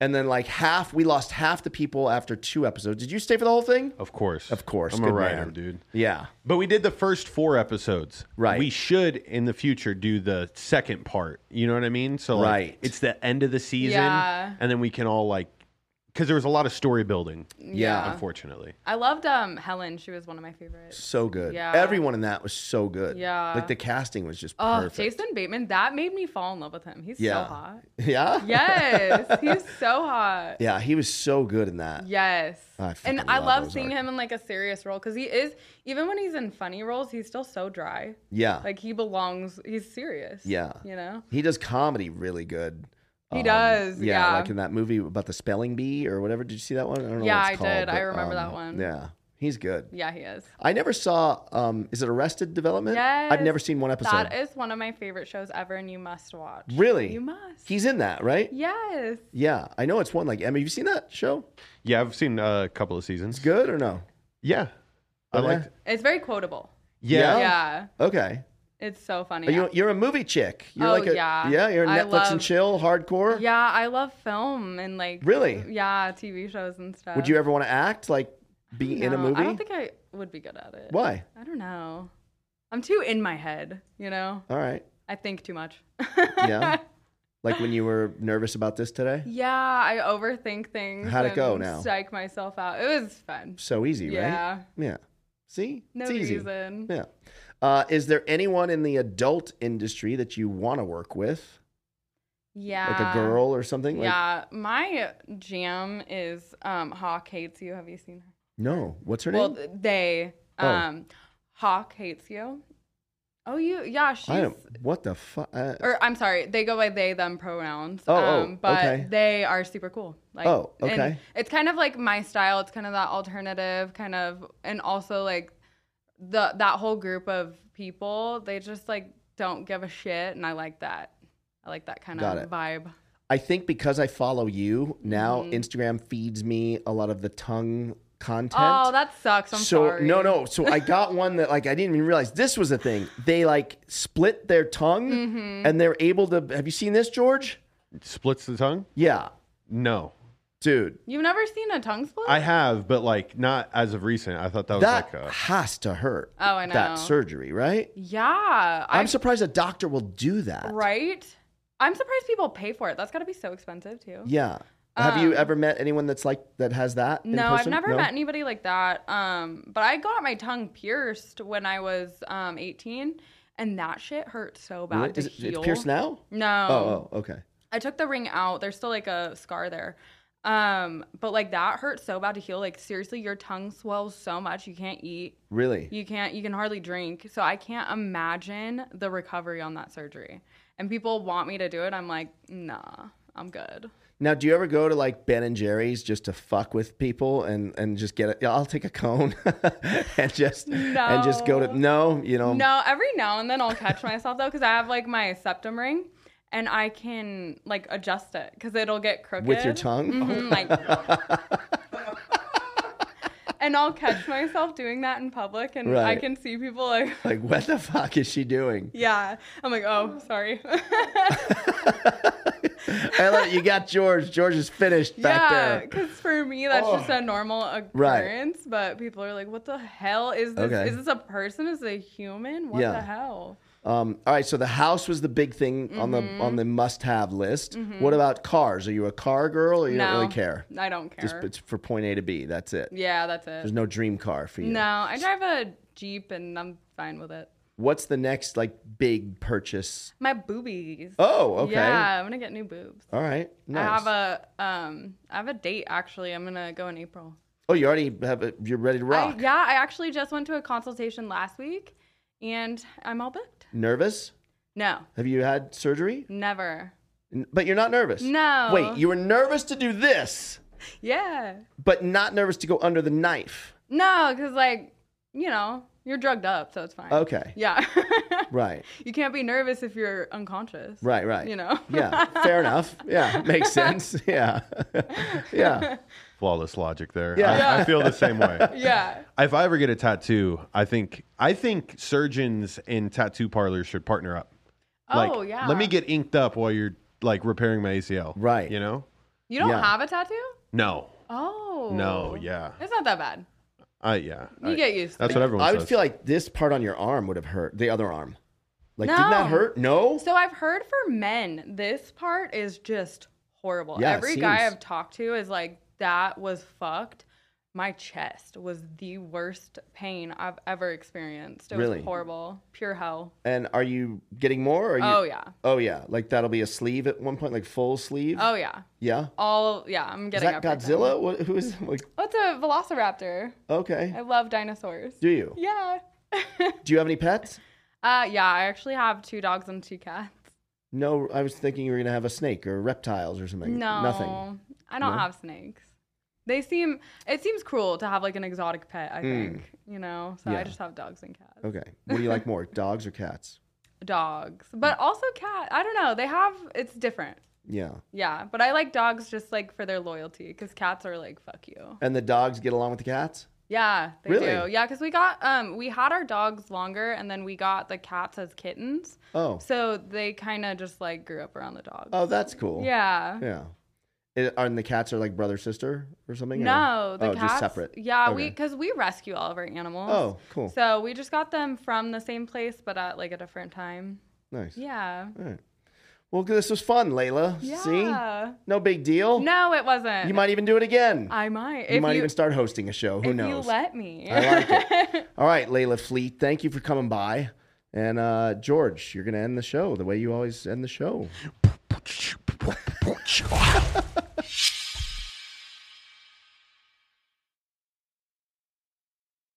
and then like half, we lost half the people after two episodes. Did you stay for the whole thing?
Of course.
Of course,
I'm a
good
writer,
man.
dude.
Yeah.
But we did the first four episodes.
Right.
We should in the future do the second part. You know what I mean? So like,
Right.
it's the end of the season.
Yeah.
And then we can all like because there was a lot of story building,
Yeah.
unfortunately.
I loved um Helen. She was one of my favorites.
So good.
Yeah.
Everyone in that was so good.
Yeah.
Like the casting was just
Oh,
perfect.
Jason Bateman, that made me fall in love with him. He's
Yeah.
so hot.
Yeah.
Yes, he's so hot.
Yeah. He was so good in that.
Yes.
I fucking
and I
love
love,
Ozark.
seeing him in like a serious role because he is, even when he's in funny roles, he's still so dry.
Yeah.
Like he belongs, he's serious.
Yeah.
You know?
He does comedy really good. Um,
He does, yeah.
Like in that movie about the spelling bee or whatever. Did you see that one? I don't know.
Yeah,
what
I
it's called,
did. I
but,
remember
um,
that one.
Yeah. He's good.
Yeah, he is.
I never saw. Um, is it Arrested Development? I've
Yes.
never seen one episode.
That is one of my favorite shows ever, and you must watch.
really?
You must.
He's in that, right?
Yes.
Yeah. I know it's one. Like, Emma, have you seen that show?
Yeah, I've seen a couple of seasons.
It's good or no?
Yeah. I
Okay.
liked
It's very quotable.
Yeah?
Yeah.
Yeah.
Okay.
It's so funny.
Are you, you're a movie chick. You're
Oh,
like a,
yeah.
Yeah. You're
I
Netflix and
love-
chill, hardcore.
yeah, I love film and like.
Really?
Yeah, TV shows and stuff.
Would you ever want to act like be in a
No,
movie?
I don't think I would be good at it.
Why?
I don't know. I'm too in my head, you know?
All right.
I think too much.
Yeah. like when you were nervous about this today?
yeah, I overthink things.
How'd it
and
go now?
Psych myself out. It was fun.
So easy, right?
Yeah.
Yeah. See?
No
it's easy.
reason.
Yeah. Uh, is there anyone in the adult industry that you want to work with?
Yeah.
Like a girl or something? Like,
yeah. My jam is um, Hawk Hates You. Have you seen her?
No. What's her
Well,
name?
they.
Oh.
Um, Hawk Hates You. Oh, you. Yeah, she's. Er
I don't. What the fuck? Uh,
or I'm sorry, they go by they them pronouns.
Oh, oh,
um, but
okay.
they are super cool. Like,
Oh,
and
okay.
it's kind of like my style. It's kind of that alternative kind of, and also like the that whole group of people. They just like don't give a shit, and I like that. I like that kind
Got
of
it.
vibe.
I think because I follow you now,
Mm-hmm.
Instagram feeds me a lot of the tongue content.
Oh, that sucks. I'm
so
sorry.
no no so i got one that like i didn't even realize this was a thing they like split their tongue
Mm-hmm.
and they're able to have you seen this george
Splits the tongue?
yeah
No.
dude
You've never seen a tongue split?
I have, but like not as of recent. I thought that was
that
Oh, like uh, a
has to hurt
Oh, I know.
that surgery right
yeah,
i'm
I'm
surprised a doctor will do that
right. I'm surprised people pay for it. That's got to be so expensive too.
yeah have you ever met anyone that's like that has that in
Um, No, I've
person?
never
No?
met anybody like that. Um, but I got my tongue pierced when I was um 18, and that shit hurt so bad
Really?
to
Is it,
heal.
it's pierced now
No,
oh oh okay
I took the ring out. There's still like a scar there. Um, but like that hurt so bad to heal. Like seriously, your tongue swells so much you can't eat,
really
you can't, you can hardly drink. So I can't imagine the recovery on that surgery. And people want me to do it. I'm like, nah, I'm good.
now do you ever go to like ben and jerry's just to fuck with people and and just get it yeah, i'll take a cone and just and just go to no you know
No, every now and then I'll catch myself though, because I have like my septum ring, and I can like adjust it because it'll get crooked
with your tongue
Mhm, like, and I'll catch myself doing that in public, and I
Right.
can see people like,
like what the fuck is she doing
yeah, I'm like, oh, sorry.
I love it. you got george george is finished back
yeah,
there
because for me that's just a normal
Right.
occurrence, but people are like, what the hell is this?
Okay.
Is this a person? Is it a human? What
Yeah.
the hell?
Um, all right, so the house was the big thing on the
Mm-hmm.
on the must-have list. What about cars? Are you a car girl, or you don't really care?
I don't care.
Just it's for point A to B. That's it.
yeah, that's it.
There's no dream car for you.
No, I drive a Jeep and I'm fine with it.
What's the next like big purchase?
My boobies.
Oh, okay.
Yeah, I'm gonna get new boobs.
All right. Nice.
I have a um I have a date actually. I'm gonna go in April.
oh, you already have. A, you're ready to
I,
rock.
yeah, I actually just went to a consultation last week and I'm all booked.
Nervous?
No,
Have you had surgery?
never.
N- But you're not nervous.
No.
Wait, you were nervous to do this,
Yeah.
but not nervous to go under the knife.
No, because like, you know, You're drugged up, so it's fine.
Okay.
Yeah.
Right.
you can't be nervous if you're unconscious.
Right. Right.
You know?
Yeah. Fair enough. Yeah. Makes sense. Yeah. yeah.
Flawless logic there.
Yeah.
I, I feel the same way.
Yeah.
If I ever get a tattoo, I think I think surgeons and tattoo parlors should partner up.
oh yeah.
Let me get inked up while you're like repairing my ACL.
Right.
You know?
You don't
yeah.
have a tattoo?
No.
Oh.
No, yeah.
It's not that bad.
I yeah.
You
I-
get used to
That's
it.
what everyone
I
says.
would feel like this part on your arm would have hurt. The other arm. Like, didn't that
No.
hurt? No.
So I've heard for men, this part is just horrible.
Yeah, it
Every guy
seems.
I've talked to is like, that was fucked. My chest was the worst pain I've ever experienced. It
Really?
was horrible. Pure hell.
And are you getting more? Or are you,
Oh yeah.
Oh yeah, like that'll be a sleeve at one point, like full sleeve.
Oh yeah.
yeah.
All yeah, I'm
Is
getting
that
everything.
Godzilla? What, who is? Like,
Oh, it's a velociraptor.
okay.
I love dinosaurs.
Do you?
Yeah.
Do you have any pets?
Uh yeah, I actually have two dogs and two cats.
No, I was thinking you were gonna have a snake or reptiles or something.
No.
nothing.
I don't have snakes. They seem it seems cruel to have like an exotic pet, I think. You know? So
Hmm. Yeah.
I just have dogs and cats.
Okay. What do you like more, dogs or cats?
Dogs.
Hmm.
But also cat. I don't know. They have it's different.
Yeah.
Yeah, but I like dogs just like for their loyalty cuz cats are like fuck you.
And the dogs get along with the cats?
Yeah, they
Really?
do. Yeah, cuz we got um we had our dogs longer and then we got the cats as kittens.
Oh.
So they kind of just like grew up around the dogs.
Oh, that's cool.
yeah.
Yeah. It, and the cats are like brother sister or something? or-
No, the
oh,
cats.
just separate.
Yeah, we
Okay.
because we rescue all of our animals.
Oh, cool.
So we just got them from the same place, but at like a different time.
Nice.
Yeah.
All right. Well, this was fun, Layla. See,
Yeah.
no big deal.
No, it wasn't.
You might even do it again.
I might.
you
if
might
you,
even start hosting a show. Who
if
knows?
you let me.
I like it. All right, Layla Fleet, thank you for coming by. And uh, George, you're going to end the show the way you always end the show.